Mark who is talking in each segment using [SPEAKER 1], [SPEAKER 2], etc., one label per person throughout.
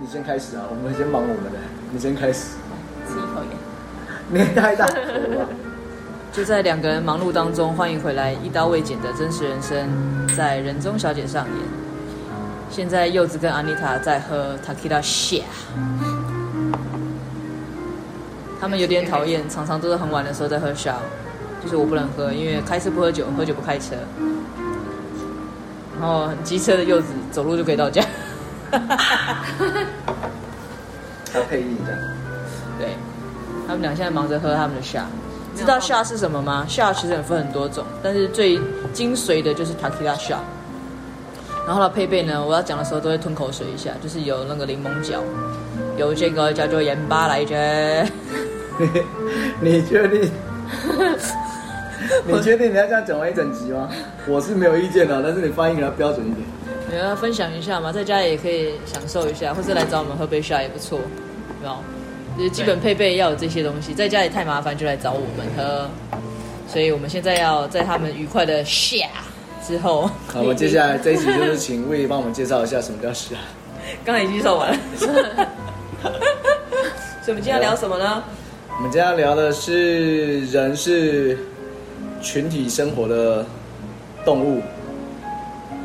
[SPEAKER 1] 你先开始啊，我们先忙我们的，你先开始。
[SPEAKER 2] 吃一口盐。
[SPEAKER 1] 年代大啊口了，
[SPEAKER 2] 就在两个人忙碌当中，欢迎回来《一刀未剪的真实人生》在人中小姐上演。现在柚子跟安妮塔在喝 Takita Share，他们有点讨厌，常常都是很晚的时候在喝 s h a 就是我不能喝，因为开车不喝酒，喝酒不开车。然后机车的柚子走路就可以到家。
[SPEAKER 1] 还配音这样。
[SPEAKER 2] 对，他们俩现在忙着喝他们的夏。知道夏是什么吗？夏其实有分很多种，但是最精髓的就是 Takila 夏。然后它的配备呢，我要讲的时候都会吞口水一下，就是有那个柠檬角，有这个叫做盐巴来着。
[SPEAKER 1] 你确定？ 你确定你要这样讲完一整集吗？我是没有意见的，啊但是你发音给它标准一点。
[SPEAKER 2] 你要分享一下嘛，在家里也可以享受一下，或是来找我们喝杯夏也不错，有没有？就是基本配备要有这些东西，在家里太麻烦就来找我们喝。所以我们现在要在他们愉快的夏之后，
[SPEAKER 1] 好，我们接下来这一集就是请魏帮我们介绍一下什么叫啊虾。
[SPEAKER 2] 刚才已经说 完了。所以我们今天要聊什么
[SPEAKER 1] 嗯
[SPEAKER 2] 呢？
[SPEAKER 1] 我们今天要聊的是人是群体生活的动物，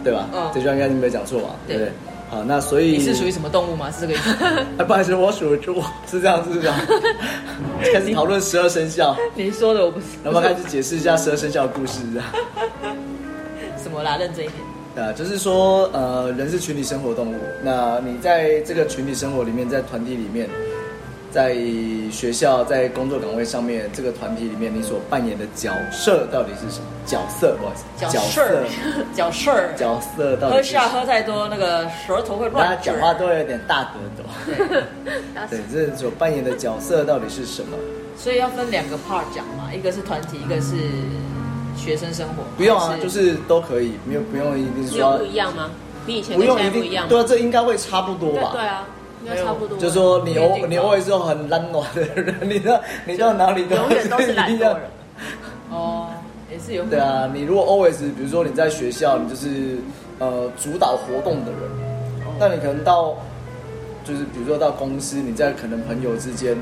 [SPEAKER 1] 对吧？
[SPEAKER 2] 嗯
[SPEAKER 1] 这句话应该是没讲错吧？
[SPEAKER 2] 对
[SPEAKER 1] 对不对。好，那所以
[SPEAKER 2] 你是属于什么动物吗？是这个 意思？
[SPEAKER 1] 哎，不好意思，我属猪，是这样，是 这样。开始讨论十二生肖，
[SPEAKER 2] 你说的我不是。
[SPEAKER 1] 然后开始解释一下十二生肖的故事，这样。
[SPEAKER 2] 什么啦？认真一点。
[SPEAKER 1] 啊，就是说，呃，人是群体生活动物。那你在这个群体生活里面，在团体里面，在学校、在工作岗位上面，这个团体里面，你所扮演的角色到底是什么？角色，不好意思，
[SPEAKER 2] 搅事儿，搅事儿。
[SPEAKER 1] 角色到
[SPEAKER 2] 喝
[SPEAKER 1] 底是什
[SPEAKER 2] 下
[SPEAKER 1] 么？
[SPEAKER 2] 喝太多，那个舌头会
[SPEAKER 1] 大家
[SPEAKER 2] 乱卷
[SPEAKER 1] 讲话都有点大舌头。
[SPEAKER 3] 打死
[SPEAKER 1] 对，这所扮演的角色到底是什么？
[SPEAKER 2] 所以要分两个 part 讲嘛，一个是团体，一个是学生生活。
[SPEAKER 1] 不用啊，就是都可以，没有不用一定
[SPEAKER 3] 你有
[SPEAKER 1] 说
[SPEAKER 3] 不一样吗？比以前
[SPEAKER 1] 不
[SPEAKER 3] 跟现
[SPEAKER 1] 用
[SPEAKER 3] 在
[SPEAKER 1] 一
[SPEAKER 3] 不一
[SPEAKER 1] 定，
[SPEAKER 3] 样
[SPEAKER 1] 对
[SPEAKER 3] 吗？
[SPEAKER 1] 啊，这应该会差不多吧？
[SPEAKER 3] 对啊，应该差不多吧。
[SPEAKER 1] 就说你
[SPEAKER 2] 不一定
[SPEAKER 1] 偶
[SPEAKER 2] 吧
[SPEAKER 1] 你偶尔是很懒惰的人，你 到你到哪里都
[SPEAKER 3] 永远都是懒
[SPEAKER 1] 一
[SPEAKER 3] 惰
[SPEAKER 1] 样。
[SPEAKER 3] 人。
[SPEAKER 2] 哦，也是有可
[SPEAKER 1] 对
[SPEAKER 2] 能。
[SPEAKER 1] 啊，你如果 always，比如说你在学校，你就是呃主导活动的人，
[SPEAKER 3] 哦
[SPEAKER 1] 那你可能到就是比如说到公司，你在可能朋友之间，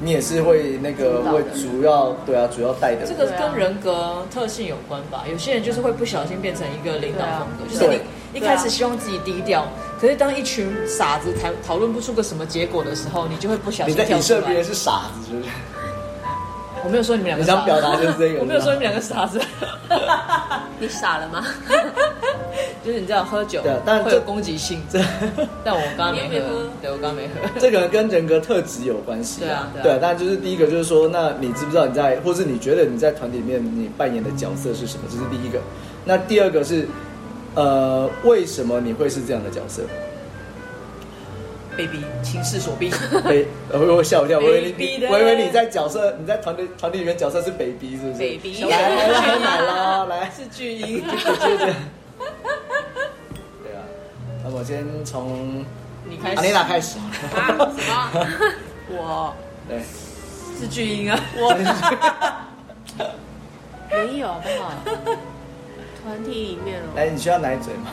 [SPEAKER 1] 你也是会那个
[SPEAKER 3] 主导的
[SPEAKER 1] 会主要对啊主要带的
[SPEAKER 2] 这
[SPEAKER 1] 人。
[SPEAKER 2] 个跟人格特性有关吧？有些人就是会不小心变成一个领导风格，就是
[SPEAKER 1] 对啊
[SPEAKER 2] 你一开始希望自己低调，可是当一群傻子讨讨论不出个什么结果的时候，你就会不小
[SPEAKER 1] 你
[SPEAKER 2] 心
[SPEAKER 1] 在
[SPEAKER 2] 跳
[SPEAKER 1] 影
[SPEAKER 2] 出
[SPEAKER 1] 射别人
[SPEAKER 2] 来。
[SPEAKER 1] 是傻子，是不是？
[SPEAKER 2] 我没有说你们两个
[SPEAKER 1] 你
[SPEAKER 2] 傻
[SPEAKER 1] 想
[SPEAKER 2] 子，
[SPEAKER 1] 表达就是这个。
[SPEAKER 2] 我没有说你们两个 傻子，
[SPEAKER 3] 你傻了吗？
[SPEAKER 2] 就是你知道喝酒
[SPEAKER 1] 对啊但
[SPEAKER 2] 会
[SPEAKER 1] 这
[SPEAKER 2] 有攻击性，
[SPEAKER 1] 这
[SPEAKER 2] 但我刚刚
[SPEAKER 3] 你
[SPEAKER 2] 没
[SPEAKER 3] 又没
[SPEAKER 2] 喝
[SPEAKER 3] 喝，
[SPEAKER 2] 对我刚刚没喝。
[SPEAKER 1] 这个跟人格特质有关系。
[SPEAKER 2] 对啊对啊
[SPEAKER 1] 对啊。但就是第一个就是说，那你知不知道你在，或是你觉得你在团体里面你扮演的角色是什么？这是第一个。那第二个是，呃，为什么你会是这样的角色？
[SPEAKER 2] 被逼，情势所 逼。
[SPEAKER 1] 被呃我我吓我一跳，我以为
[SPEAKER 2] Baby
[SPEAKER 1] 你，
[SPEAKER 2] 的
[SPEAKER 1] 我以为你在角色，你在团队团体里面角色是 baby 是不是
[SPEAKER 3] Baby
[SPEAKER 1] 来来来来啦，来，
[SPEAKER 2] 是巨婴。
[SPEAKER 1] 就这样。对啊，那我先从
[SPEAKER 2] 你开始。
[SPEAKER 1] 阿丽娜开始好
[SPEAKER 3] 啊
[SPEAKER 1] 了。
[SPEAKER 3] 什么？
[SPEAKER 2] 我
[SPEAKER 1] 对，
[SPEAKER 2] 是巨婴 啊！
[SPEAKER 3] 没有，好不 好？团体里面哦，
[SPEAKER 1] 来，你需要奶嘴吗？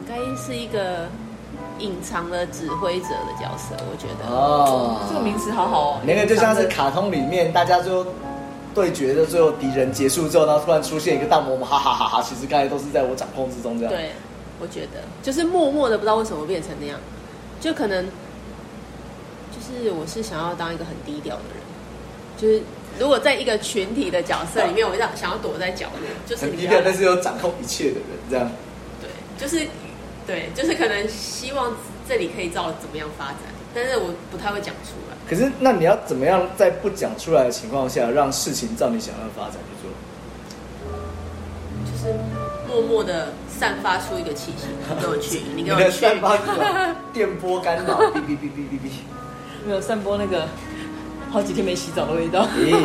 [SPEAKER 3] 我该是一个隐藏的指挥者的角色，我觉得。
[SPEAKER 1] 哦，
[SPEAKER 2] 这个名词好好哦。
[SPEAKER 1] 那个就像是卡通里面大家最后对决的最后敌人结束之后，然后突然出现一个大魔王，哈哈哈哈！其实刚才都是在我掌控之中，这样。
[SPEAKER 3] 对，我觉得就是默默的，不知道为什么变成那样，就可能就是我是想要当一个很低调的人，就是如果在一个群体的角色里面，我想想要躲在角落，就是
[SPEAKER 1] 很
[SPEAKER 3] 你
[SPEAKER 1] 低
[SPEAKER 3] 不要
[SPEAKER 1] 调，但是有掌控一切的人，这样。
[SPEAKER 3] 对，就是对，就是可能希望这里可以照怎么样发展，但是我不太会讲出来，
[SPEAKER 1] 可是，那你要怎么样在不讲出来的情况下，让事情照你想要的发展去做？
[SPEAKER 3] 就是默默的散发出一个气息，你给我 去，你给
[SPEAKER 1] 你
[SPEAKER 3] 我
[SPEAKER 1] 的
[SPEAKER 3] 去，
[SPEAKER 1] 散发出来电波干扰，哔哔哔哔哔
[SPEAKER 2] 没有散播那个好几天没洗澡的味道。
[SPEAKER 1] 哔。咦，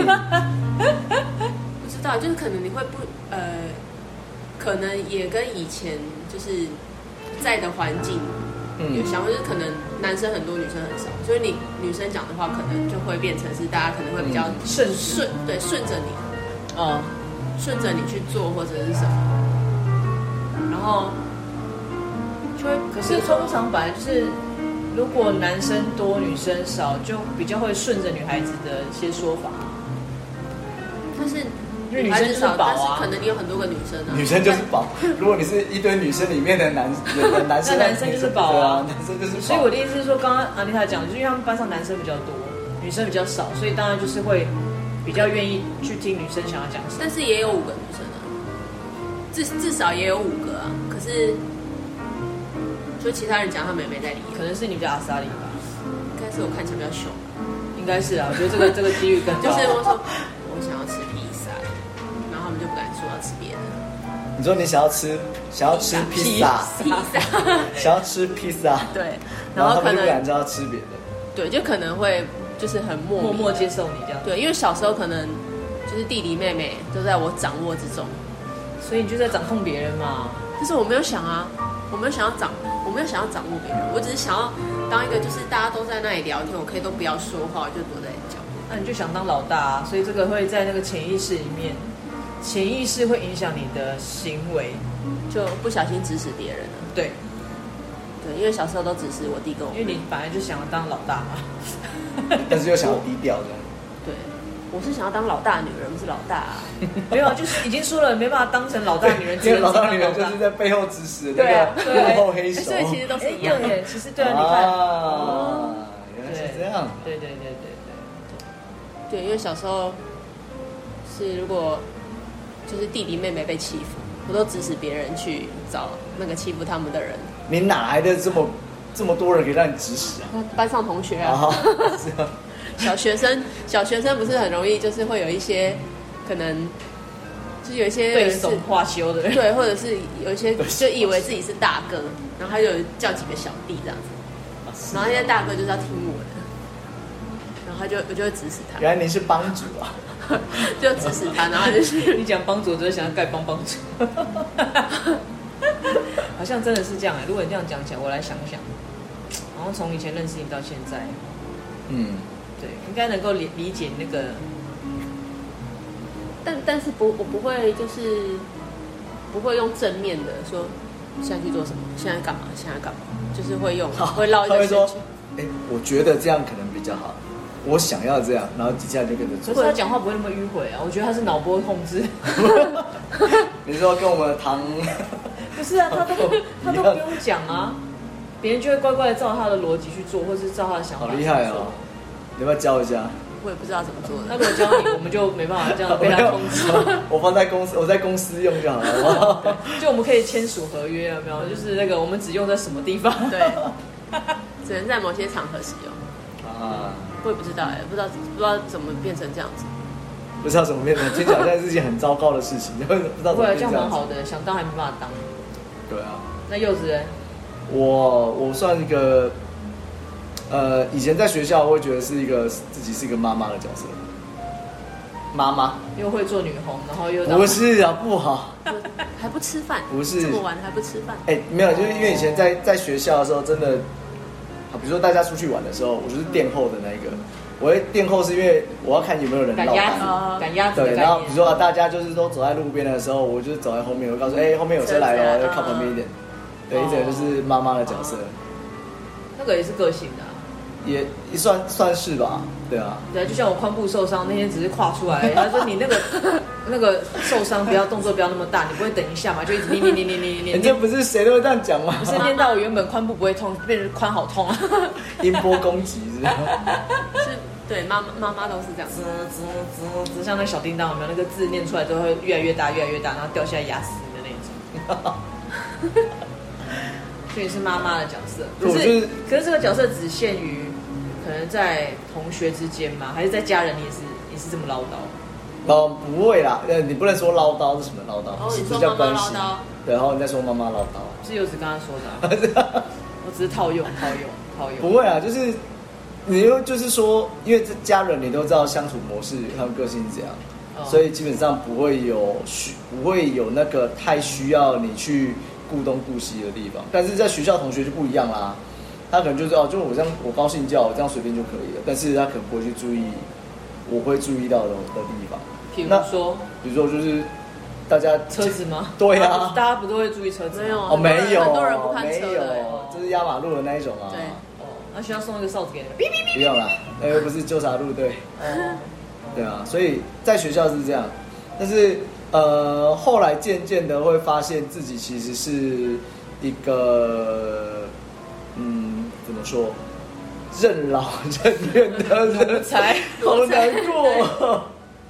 [SPEAKER 3] 不知道，就是可能你会不呃，可能也跟以前就是在的环境有
[SPEAKER 1] 嗯，
[SPEAKER 3] 相关，就是可能男生很多，女生很少，所以你女生讲的话，可能就会变成是大家可能会比较
[SPEAKER 1] 嗯
[SPEAKER 2] 顺势
[SPEAKER 3] 顺对顺着你
[SPEAKER 2] 啊，
[SPEAKER 3] 顺着你去做或者是什么，然后就会
[SPEAKER 2] 可是通常本来就是，如果男生多女生少，就比较会顺着女孩子的一些说法。
[SPEAKER 3] 但是
[SPEAKER 2] 因为女
[SPEAKER 3] 女孩
[SPEAKER 2] 生
[SPEAKER 3] 子
[SPEAKER 2] 就是
[SPEAKER 3] 少，
[SPEAKER 2] 宝
[SPEAKER 3] 但是
[SPEAKER 2] 啊
[SPEAKER 3] 可，能你有很多个女生啊。
[SPEAKER 1] 女生就是宝。如果你是一堆女生里面的男的男生，
[SPEAKER 2] 那男生就是宝
[SPEAKER 1] 对
[SPEAKER 2] 啊
[SPEAKER 1] 啊，男生就是宝。
[SPEAKER 2] 所以我的意思是说，刚刚阿丽塔讲，就是因为他们班上男生比较多，女生比较少，所以当然就是会比较愿意去听女生想要讲什么。
[SPEAKER 3] 但是也有五个女生啊，至至少也有五个啊。可是，就其他人讲他们也没在理，
[SPEAKER 2] 可能是你比较阿莎莉吧，
[SPEAKER 3] 应该是我看起来比较凶，啊
[SPEAKER 2] 应该是啊，我觉得这个这个几率更
[SPEAKER 3] 就
[SPEAKER 2] 高。
[SPEAKER 3] 是我说我想要吃披萨，然后他们就不敢说要吃别的
[SPEAKER 1] 你说你想要吃，想要哦吃披萨，
[SPEAKER 3] 披 萨，
[SPEAKER 1] 想要吃披萨，
[SPEAKER 3] 对，
[SPEAKER 1] 然
[SPEAKER 3] 然
[SPEAKER 1] 后
[SPEAKER 3] 后
[SPEAKER 1] 他
[SPEAKER 3] 可
[SPEAKER 1] 们就不敢
[SPEAKER 3] 能
[SPEAKER 1] 知道吃别的。
[SPEAKER 3] 对，就可能会就是很 默
[SPEAKER 2] 默默
[SPEAKER 3] 默
[SPEAKER 2] 接受你这样，
[SPEAKER 3] 对，因为小时候可能就是弟弟妹妹都在我掌握之中，
[SPEAKER 2] 所以你就在掌控别人嘛。
[SPEAKER 3] 但是我没有想啊，我没有想要掌，我没有想要掌握别人，我只是想要当一个就是大家都在那里聊天，我可以都不要说话，我就躲在角落。
[SPEAKER 2] 那你就想当老大、啊，所以这个会在那个潜意识里面，潜意识会影响你的行为。
[SPEAKER 3] 就不小心指使别人了。
[SPEAKER 2] 对，
[SPEAKER 3] 对，因为小时候都指使我弟跟我
[SPEAKER 2] 因为你本来就想要当老大嘛。
[SPEAKER 1] 但是又想要低调的，
[SPEAKER 3] 对，我是想要当老大女人，不是老大、啊。
[SPEAKER 2] 没有，就是已经说了，没办法当成老大女人，只
[SPEAKER 1] 因为
[SPEAKER 2] 能
[SPEAKER 1] 老
[SPEAKER 2] 当
[SPEAKER 1] 大女人就是在背后指使的
[SPEAKER 2] 对啊
[SPEAKER 1] 那个
[SPEAKER 2] 对啊
[SPEAKER 1] 幕后黑
[SPEAKER 3] 哎
[SPEAKER 1] 手。
[SPEAKER 3] 所以其实都
[SPEAKER 2] 哎
[SPEAKER 3] 是一样
[SPEAKER 2] 对
[SPEAKER 3] 的。
[SPEAKER 2] 耶，其实对啊，你看，
[SPEAKER 1] 啊，
[SPEAKER 3] 哦
[SPEAKER 1] 原来是这样。
[SPEAKER 2] 对对对对
[SPEAKER 3] 对，因为小时候是如果就是弟弟妹妹被欺负，我都指使别人去找那个欺负他们的人，
[SPEAKER 1] 你哪来的这么这么多人可以让你指使啊？
[SPEAKER 3] 班上同学啊，
[SPEAKER 1] 啊，
[SPEAKER 2] 哦
[SPEAKER 1] 是啊
[SPEAKER 3] 小学生， 小学生不是很容易就是会有一些可能就是有一些
[SPEAKER 2] 对，对
[SPEAKER 3] 人是
[SPEAKER 2] 手化修的人，
[SPEAKER 3] 对，或者是有 一些
[SPEAKER 1] 对
[SPEAKER 3] 就以为自己是大哥，然后他就叫几个小弟这样子。
[SPEAKER 1] 是啊
[SPEAKER 3] 然后那些大哥就是要听我的，然后他就我就会指使他，
[SPEAKER 1] 原来你是帮主啊！
[SPEAKER 3] 就指使他，然后 他就是
[SPEAKER 2] 你讲帮主，只是想要盖帮帮主， 好像真的是这样哎、如果你这样讲起来，我来想想，好像从以前认识你到现在，
[SPEAKER 1] 嗯，
[SPEAKER 2] 对，应该能够理理解那个
[SPEAKER 3] 但但是不我不会就是不会用正面的说现在去做什么，现在干嘛，现在干嘛，就是会用会绕一
[SPEAKER 1] 他
[SPEAKER 3] 个
[SPEAKER 1] 会说
[SPEAKER 3] 圈圈，
[SPEAKER 1] 哎，我觉得这样可能比较好，我想要这样，然后底下就跟着
[SPEAKER 2] 可
[SPEAKER 1] 做。
[SPEAKER 2] 是他讲话不会那么迂回啊，我觉得他是脑波控制。
[SPEAKER 1] 你说跟我们唐，
[SPEAKER 2] 不是啊，他都他都不用讲啊，别人就会乖乖的照他的逻辑去做，或是照他的想法。
[SPEAKER 1] 好厉害哦！！你要不要教一下？
[SPEAKER 3] 我也不知道怎么做
[SPEAKER 2] 他
[SPEAKER 3] 的。
[SPEAKER 2] 如果教你，我们就没办法这样被他控制。
[SPEAKER 1] 我放在公司，我在公司用就好了 好不好。
[SPEAKER 2] 就我们可以签署合约，有没有？就是那个我们只用在什么地方？
[SPEAKER 3] 对，只能在某些场合使用。
[SPEAKER 1] 啊，
[SPEAKER 3] 我也不知道哎、不知道不知道怎么变成这样子。
[SPEAKER 1] 不知道怎么变成，听起来像是一件很糟糕的事情，不知道
[SPEAKER 2] 不
[SPEAKER 1] 怎么
[SPEAKER 2] 会啊，
[SPEAKER 1] 变
[SPEAKER 2] 这
[SPEAKER 1] 这
[SPEAKER 2] 样蛮
[SPEAKER 1] 样子
[SPEAKER 2] 好的，想当还没办法当。
[SPEAKER 1] 对啊。
[SPEAKER 2] 那柚子人，
[SPEAKER 1] 我我算一个，呃，以前在学校我会觉得是一个自己是一个妈妈的角色，妈妈
[SPEAKER 2] 又会做女红，然后又当
[SPEAKER 1] 不是啊，不好，
[SPEAKER 3] 还不吃饭，
[SPEAKER 1] 不是
[SPEAKER 3] 这么晚还不吃饭，
[SPEAKER 1] 哎、没有，就是因为以前在在学校的时候，真的，好比如说大家出去玩的时候，我就是殿后的那一个，我会殿后是因为我要看有没有人
[SPEAKER 2] 赶
[SPEAKER 1] 落
[SPEAKER 2] 鸭
[SPEAKER 1] 单
[SPEAKER 2] 子，
[SPEAKER 3] 哦
[SPEAKER 2] 赶鸭子的
[SPEAKER 1] 对，
[SPEAKER 2] 概
[SPEAKER 1] 然后比如
[SPEAKER 2] 念。
[SPEAKER 1] 说大家就是都走在路边的时候，我就是走在后面，我告诉哎、后面有车来了，
[SPEAKER 3] 车
[SPEAKER 1] 要
[SPEAKER 3] 子
[SPEAKER 1] 靠旁边一点。对，
[SPEAKER 2] 哦
[SPEAKER 1] 一整个就是妈妈的角色，
[SPEAKER 2] 那个也是个性的啊。
[SPEAKER 1] 也也算算是吧，对啊。
[SPEAKER 2] 对，就像我髋部受伤那天只是跨出来而已，他说你那个 那个受伤不要动作不要那么大，你不会等一下嘛，就一直捏捏捏捏捏捏
[SPEAKER 1] 人家
[SPEAKER 2] 捏，
[SPEAKER 1] 不是谁欸都会这样讲吗？
[SPEAKER 2] 不是捏到我原本髋部不会痛，变成髋好痛啊！
[SPEAKER 1] 音波攻击是 吧？
[SPEAKER 3] 是对妈妈妈妈都是这样子
[SPEAKER 2] 滋。滋滋滋，像那小叮当有没有？那个字念出来之后会越来越大越来越大，然后掉下来牙齿的那种。所以是妈妈的角色，可
[SPEAKER 1] 我
[SPEAKER 2] 是、
[SPEAKER 1] 就是
[SPEAKER 2] 可是这个角色只限于可能在同学之间吗？还是在家人你也是也是这么唠叨？
[SPEAKER 1] 哦，不会啦，呃，你不能说唠叨是什么唠叨，
[SPEAKER 3] 哦
[SPEAKER 1] 是
[SPEAKER 3] 你
[SPEAKER 1] 不
[SPEAKER 3] 说
[SPEAKER 1] 是叫
[SPEAKER 3] 妈妈
[SPEAKER 1] 关
[SPEAKER 3] 唠
[SPEAKER 1] 系
[SPEAKER 3] 叨？
[SPEAKER 1] 对然后你再说妈妈唠
[SPEAKER 2] 是柚子刚刚说的啊、
[SPEAKER 1] 叨，
[SPEAKER 2] 我只是套用套用套用。
[SPEAKER 1] 不会啊，就是你又就是说，因为这家人你都知道相处模式，他们个性是怎样，
[SPEAKER 2] 哦
[SPEAKER 1] 所以基本上不会有需不会有那个太需要你去顾东顾西的地方，但是在学校同学就不一样啦。他可能就是哦，就是我这样，我高兴叫，我这样随便就可以了。但是他可能不会去注意，我会注意到的的地方。
[SPEAKER 2] 比如
[SPEAKER 1] 那
[SPEAKER 2] 说，
[SPEAKER 1] 比如说就是大家
[SPEAKER 2] 车子吗？
[SPEAKER 1] 对
[SPEAKER 2] 大家
[SPEAKER 1] 啊
[SPEAKER 2] 不， 大家不都会注意车子吗？
[SPEAKER 3] 没有啊
[SPEAKER 1] 哦没有，
[SPEAKER 3] 很多人不看车
[SPEAKER 1] 没
[SPEAKER 3] 的
[SPEAKER 1] 有
[SPEAKER 3] 欸，
[SPEAKER 1] 就是压马路的那一种啊。
[SPEAKER 3] 对，
[SPEAKER 2] 哦，那需要送一个哨子给你们。哔哔
[SPEAKER 1] 不用啦，那又不是纠察路队。
[SPEAKER 2] 哦，
[SPEAKER 1] 对啊，所以在学校是这样，但是呃，后来渐渐的会发现自己其实是一个，嗯，怎么说，任 劳任怨的人
[SPEAKER 2] 哦才
[SPEAKER 1] 好难 过。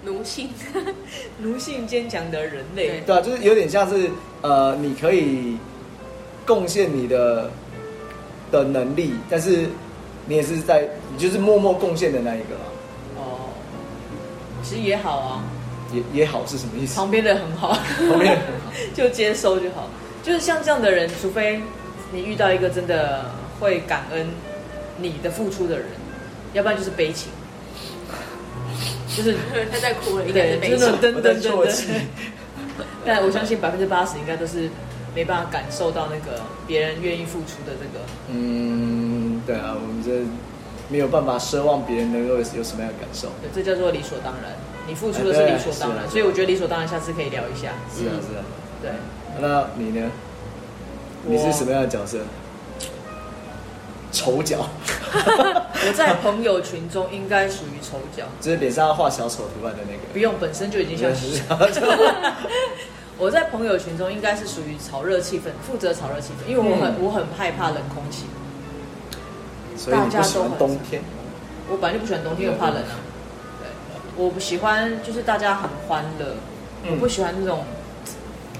[SPEAKER 3] 奴性，
[SPEAKER 2] 奴性坚强的人类
[SPEAKER 3] 对。
[SPEAKER 1] 对啊，就是有点像是呃，你可以贡献你的的能力，但是你也是在你就是默默贡献的那一个啊，
[SPEAKER 2] 哦，其实也好啊，
[SPEAKER 1] 也也好是什么意思？
[SPEAKER 2] 旁边的很好，
[SPEAKER 1] 旁边
[SPEAKER 2] 就接收就好。就是像这样的人，除非你遇到一个真的会感恩你的付出的人，要不然就是悲情，就是
[SPEAKER 3] 他在哭了，应该
[SPEAKER 2] 对
[SPEAKER 3] 是，悲
[SPEAKER 2] 就是那种。
[SPEAKER 3] 情
[SPEAKER 2] 噔
[SPEAKER 1] 我在
[SPEAKER 2] 噔
[SPEAKER 1] 啜
[SPEAKER 2] 噔
[SPEAKER 1] 泣
[SPEAKER 2] 噔。但我相信百分之八十应该都是没办法感受到那个别人愿意付出的这个。
[SPEAKER 1] 嗯，对啊，我们这没有办法奢望别人能够有什么样的感受。
[SPEAKER 2] 对，这叫做理所当然。你付出的是理所当然，
[SPEAKER 1] 哎对是啊
[SPEAKER 2] 所以我觉得理所当然，下次可以聊一下。
[SPEAKER 1] 是啊，是啊。
[SPEAKER 2] 对，
[SPEAKER 1] 那你呢？你是什么样的角色？丑角，
[SPEAKER 2] 我在朋友群中应该属于丑角，
[SPEAKER 1] 就是脸上要画小丑图案的那
[SPEAKER 2] 不
[SPEAKER 1] 个。
[SPEAKER 2] 用本身就已经像是。我在朋友群中应该是属于炒热气氛，负责炒热气氛，因为我很、
[SPEAKER 1] 嗯
[SPEAKER 2] 我很害怕冷空气，
[SPEAKER 1] 所以你不喜欢冬天？
[SPEAKER 2] 我本来就不喜欢冬天，又怕冷啊。对，我不喜欢就是大家很欢乐，
[SPEAKER 1] 嗯
[SPEAKER 2] 我不喜欢那种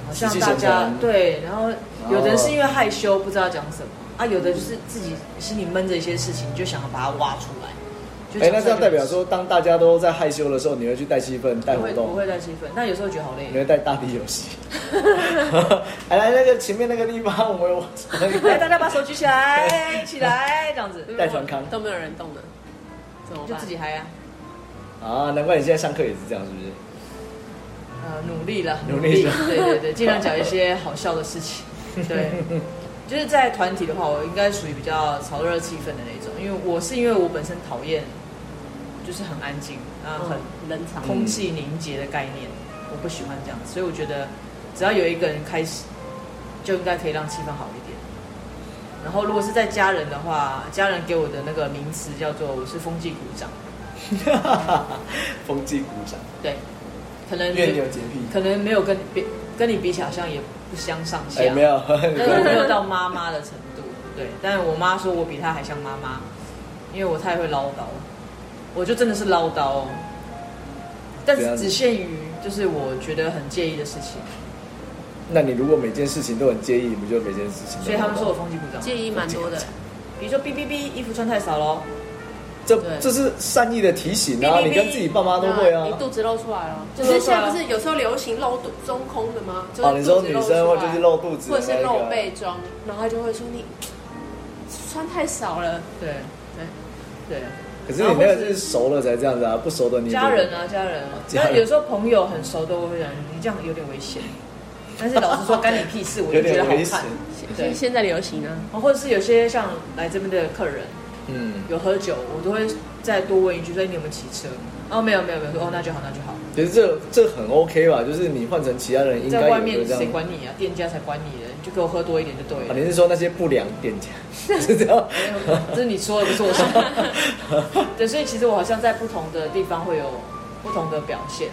[SPEAKER 2] 好像
[SPEAKER 1] 死气
[SPEAKER 2] 大
[SPEAKER 1] 沉
[SPEAKER 2] 家
[SPEAKER 1] 沉
[SPEAKER 2] 对，然后有的人
[SPEAKER 1] 哦
[SPEAKER 2] 是因为害羞不知道讲什么啊，有的就是自己心里闷着一些事情，就想要把它挖出来。就
[SPEAKER 1] 哎、
[SPEAKER 2] 讲
[SPEAKER 1] 那
[SPEAKER 2] 出来
[SPEAKER 1] 这样
[SPEAKER 2] 就
[SPEAKER 1] 代表
[SPEAKER 2] 是
[SPEAKER 1] 说，当大家都在害羞的时候，你会去带气氛、带
[SPEAKER 2] 不
[SPEAKER 1] 活
[SPEAKER 2] 会不
[SPEAKER 1] 动，
[SPEAKER 2] 会带气氛，但有时候觉得好
[SPEAKER 1] 你
[SPEAKER 2] 累。
[SPEAKER 1] 会带大地游 戏。 哎，来那个前面那个地方，我们玩那
[SPEAKER 2] 来，
[SPEAKER 1] 个
[SPEAKER 2] 哎大家把手举起来，起来，这样子
[SPEAKER 1] 戴传康
[SPEAKER 3] 都没有人动的，怎么
[SPEAKER 2] 就
[SPEAKER 3] 办？
[SPEAKER 2] 自己嗨啊，
[SPEAKER 1] 啊，难怪你现在上课也是这样，是不是？
[SPEAKER 2] 呃，努力了，
[SPEAKER 1] 努力了
[SPEAKER 2] 对对对，尽量讲一些好笑的 事情，对。就是在团体的话，我应该属于比较炒热气氛的那种，因为我是因为我本身讨厌，就是很安静啊，很
[SPEAKER 3] 嗯，冷场。
[SPEAKER 2] 空气凝结的概念，我不喜欢这样，所以我觉得只要有一个人开始，就应该可以让气氛好一点。然后如果是在家人的话，家人给我的那个名词叫做我是风纪股长，
[SPEAKER 1] 风纪鼓掌，
[SPEAKER 2] 对，可能
[SPEAKER 1] 因为你有洁癖。
[SPEAKER 2] 可能没有跟别跟你比起来好像也不相上下，
[SPEAKER 1] 哎、没有，
[SPEAKER 2] 但是我没有到妈妈的程度，对。但我妈说我比她还像妈妈，因为我太会唠叨，我就真的是唠叨哦。但
[SPEAKER 1] 怎样子
[SPEAKER 2] 是只限于就是我觉得很介意的事情，
[SPEAKER 1] 那你如果每件事情都很介意，你不就每件事情都？
[SPEAKER 2] 所以他们说我风纪鼓掌。
[SPEAKER 1] 啊
[SPEAKER 3] 介意蛮多的，
[SPEAKER 2] 比如说哔哔哔，衣服穿太少喽，
[SPEAKER 1] 这
[SPEAKER 3] 对
[SPEAKER 1] 这是善意的提醒啊！
[SPEAKER 2] 哔哔哔
[SPEAKER 1] 你跟自己爸妈都会啊
[SPEAKER 3] 你。肚子露出来了。
[SPEAKER 2] 就
[SPEAKER 3] 只
[SPEAKER 2] 露出来
[SPEAKER 3] 是现在不是有时候流行露肚中空的吗？就是
[SPEAKER 1] 哦，你说
[SPEAKER 3] 肚子
[SPEAKER 1] 女
[SPEAKER 3] 露
[SPEAKER 1] 生
[SPEAKER 3] 出
[SPEAKER 1] 会
[SPEAKER 3] 来
[SPEAKER 1] 就是露肚子
[SPEAKER 3] 或
[SPEAKER 1] 的
[SPEAKER 3] 者
[SPEAKER 1] 那一
[SPEAKER 3] 是
[SPEAKER 1] 个，
[SPEAKER 3] 露背装，然后他就会说你穿太少了。
[SPEAKER 2] 对
[SPEAKER 3] 对，
[SPEAKER 2] 对。
[SPEAKER 1] 可是你那个是熟了才这样子啊，不熟的你也
[SPEAKER 2] 家人啊，家人啊，
[SPEAKER 1] 家人
[SPEAKER 2] 但有时候朋友很熟的，我会想你这样有点危险。但是老实说，干你屁事，我
[SPEAKER 1] 有
[SPEAKER 2] 就觉
[SPEAKER 1] 点
[SPEAKER 2] 得
[SPEAKER 1] 危
[SPEAKER 2] 好
[SPEAKER 1] 险
[SPEAKER 2] 看。。对
[SPEAKER 3] 现现在流行啊，
[SPEAKER 2] 哦，或者是有些像来这边的客人
[SPEAKER 1] 嗯，
[SPEAKER 2] 有喝酒，我都会再多问一句，说哎你有没有骑车？哦，没有没有没有，说哦那就好那就好。
[SPEAKER 1] 其实这这很 OK 吧？就是你换成其他人应该
[SPEAKER 2] 在外
[SPEAKER 1] 也
[SPEAKER 2] 面
[SPEAKER 1] 会这
[SPEAKER 2] 谁
[SPEAKER 1] 样。
[SPEAKER 2] 管你啊？店家才管你的，你就给我喝多一点就对
[SPEAKER 1] 啊，
[SPEAKER 2] 了。
[SPEAKER 1] 你是说那些不良店家是这 样？
[SPEAKER 2] 这是你说的，不是我 说的。对，所以其实我好像在不同的地方会有不同的表现，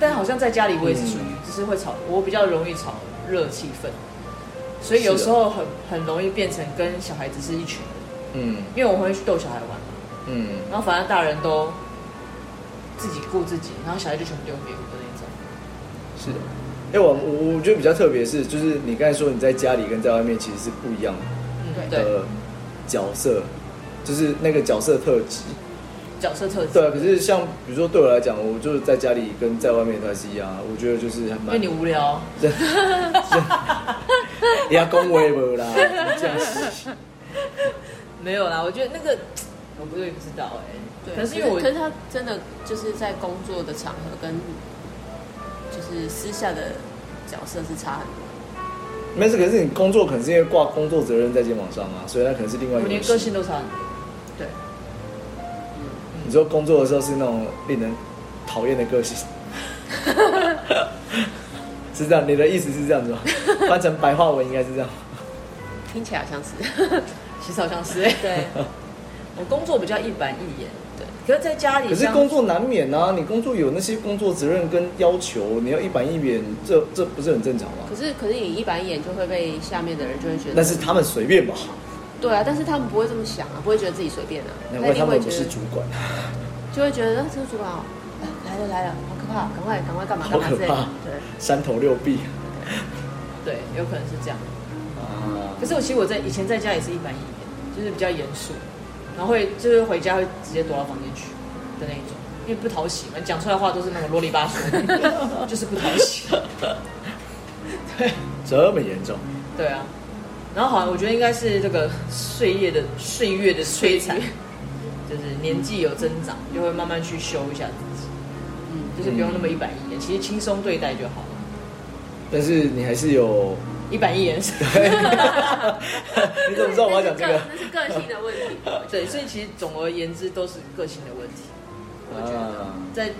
[SPEAKER 2] 但好像在家里我也是属于，
[SPEAKER 1] 嗯
[SPEAKER 2] 就是会吵，我比较容易吵热气氛，所以有时候很很容易变成跟小孩子是一群人，
[SPEAKER 1] 嗯
[SPEAKER 2] 因为我会去逗小孩玩。
[SPEAKER 1] 嗯，
[SPEAKER 2] 然后反正大人都自己顾自己，然后小孩就全部丢给我的那种。
[SPEAKER 1] 是的。哎，我我我觉得比较特别是，就是你刚才说你在家里跟在外面其实是不一样
[SPEAKER 2] 嗯，对，
[SPEAKER 1] 的角色，就是那个角色特质。
[SPEAKER 2] 角色特质。
[SPEAKER 1] 对啊，可是像比如说对我来讲，我就是在家里跟在外面都还是一样啊，我觉得就是还
[SPEAKER 2] 因
[SPEAKER 1] 蛮
[SPEAKER 2] 为你无聊，
[SPEAKER 1] 也要恭维我啦， 这样子
[SPEAKER 2] 没有啦。我觉得那个，我不对，不知道哎、
[SPEAKER 3] 对。
[SPEAKER 2] 可是因为我
[SPEAKER 3] 可是他真的就是在工作的场合跟就是私下的角色是差很多。
[SPEAKER 1] 没事。可是你工作可能是因为挂工作责任在肩膀上啊，所以那可能是另外一
[SPEAKER 2] 我
[SPEAKER 1] 个
[SPEAKER 2] 连
[SPEAKER 1] 东
[SPEAKER 2] 个性
[SPEAKER 1] 西。
[SPEAKER 2] 都差很多。对，
[SPEAKER 1] 你说工 作的时候是那种令人讨厌的个性， 是这样，你的意思是这样子吗？翻成白话文应该是这样。
[SPEAKER 3] 听起来好像 是，
[SPEAKER 2] 其实好像是哎、
[SPEAKER 3] 对，
[SPEAKER 2] 我工作比较一板一眼，对。可是在家里
[SPEAKER 1] 可
[SPEAKER 2] 相，
[SPEAKER 1] 是工作难免啊，你工作有那些工作责任跟要求，你要一板一眼，这这不是很正常吗
[SPEAKER 3] 可？是可是你一板一眼就会被下面的人就会觉得，
[SPEAKER 1] 但是他们随便吧，
[SPEAKER 3] 对啊，但是他们不会这么想啊，不会觉得自己随便啊，
[SPEAKER 1] 难
[SPEAKER 3] 那一
[SPEAKER 1] 怪他
[SPEAKER 3] 定会
[SPEAKER 1] 们不
[SPEAKER 3] 觉得
[SPEAKER 1] 是主管，
[SPEAKER 3] 就会觉得啊这个主管哦，哎来了来了，好可怕，赶快赶快干嘛
[SPEAKER 1] 好
[SPEAKER 3] 干嘛
[SPEAKER 1] 可
[SPEAKER 3] 之类
[SPEAKER 1] 怕
[SPEAKER 3] 的，对，
[SPEAKER 1] 三头六臂
[SPEAKER 2] 对，有可能是这样。
[SPEAKER 1] 啊
[SPEAKER 2] 可。是我其实我在以前在家也是一板一眼，就是比较严肃，然后会就是回家会直接躲到房间去的那一种，因为不讨喜嘛，讲出来的话都是那种啰里吧嗦，就是不讨喜。对
[SPEAKER 1] 这么严重，
[SPEAKER 2] 对啊，然后好像我觉得应该是这个岁月的岁月的摧残
[SPEAKER 3] 岁月，
[SPEAKER 2] 就是年纪有增长，就会慢慢去修一下自己，
[SPEAKER 3] 嗯，
[SPEAKER 2] 就是不用那么一板一眼，其实轻松对待就好了，
[SPEAKER 1] 但是你还是有，
[SPEAKER 2] 一板一眼 啊是。
[SPEAKER 1] 你怎么知道我要讲这个？
[SPEAKER 3] 那是个性的问题，
[SPEAKER 2] 对，所以其实总而言之都是个性的问题。我觉得
[SPEAKER 1] 啊
[SPEAKER 2] 在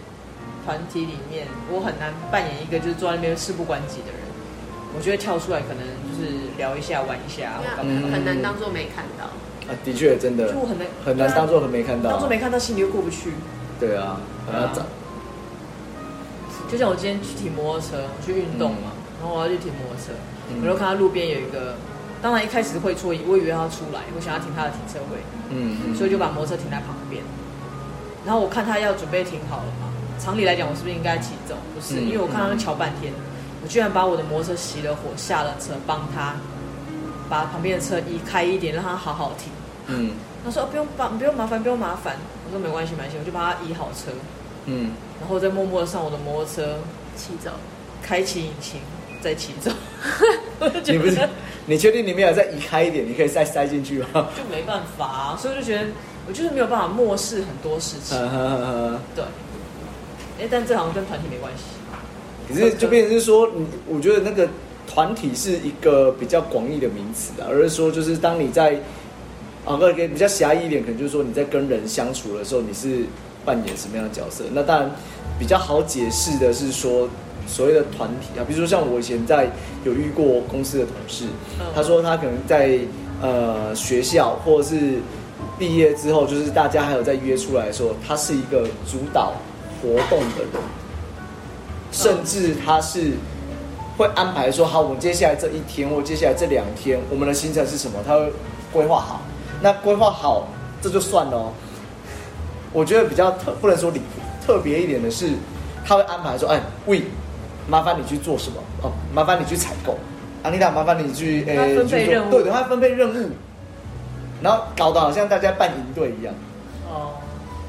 [SPEAKER 2] 团体里面，我很难扮演一个就是坐在那边事不关己的人。我觉得跳出来可能就是聊一下、玩一下，或干嘛
[SPEAKER 1] 嗯
[SPEAKER 3] 很难当做没看到，
[SPEAKER 1] 啊，的确，真的
[SPEAKER 2] 就我很难
[SPEAKER 1] 很难当做很没看到，
[SPEAKER 2] 当做没看到，心里又过不去。
[SPEAKER 1] 对啊，
[SPEAKER 2] 对啊
[SPEAKER 1] 啊，长
[SPEAKER 2] 就像我今天去骑摩托车，我去运动嘛，然后我要去骑摩托车，
[SPEAKER 1] 嗯
[SPEAKER 2] 我就看到路边有一个，当然一开始会错意，我以为他要出来，我想要停他的停车位，
[SPEAKER 1] 嗯，嗯
[SPEAKER 2] 所以就把摩托车停在旁边。然后我看他要准备停好了嘛，常理来讲我是不是应该骑走？不是，
[SPEAKER 1] 嗯
[SPEAKER 2] 因为我看他们瞧半天，我居然把我的摩托车熄了火，下了车帮他把旁边的车移开一点，让他好好停。
[SPEAKER 1] 嗯
[SPEAKER 2] 他说、哦、不用帮，不用麻烦，不用麻烦。我说没关系，没关系，我就把他移好车，
[SPEAKER 1] 嗯，
[SPEAKER 2] 然后再默默的上我的摩托车，
[SPEAKER 3] 骑走，
[SPEAKER 2] 开启引擎，再骑 走。
[SPEAKER 1] 你不是，你确定你没有再移开一点，你可以再塞进去吗？
[SPEAKER 2] 就没办法、啊，所以我就觉得我就是没有办法漠视很多事情。对，哎，但这好像跟团体没关系。
[SPEAKER 1] 可是就变成是说，你我觉得那个团体是一个比较广义的名词啊，而是说就是当你在啊，那个比较狭义一点，可能就是说你在跟人相处的时候，你是扮演什么样的角色？那当然比较好解释的是说所谓的团体啊，比如说像我以前在有遇过公司的同事
[SPEAKER 2] 嗯，
[SPEAKER 1] 他说他可能在呃学校或者是毕业之后，就是大家还有在约出来的时候，他是一个主导活动的人，甚至他是。会安排说好，我们接下来这一天或接下来这两天，我们的行程是什么？他会规划好。那规划好，这就算了、哦。我觉得比较特，不能说离谱，特别一点的是，他会安排说，哎喂，麻烦你去做什么？哦，麻烦你去采购。安妮达，麻烦你去，哎
[SPEAKER 2] 他
[SPEAKER 1] 诶、
[SPEAKER 2] 分配
[SPEAKER 1] 去做
[SPEAKER 2] 任务
[SPEAKER 1] 对对，他分配任务，然后搞得好像大家办营队一样。
[SPEAKER 2] 哦，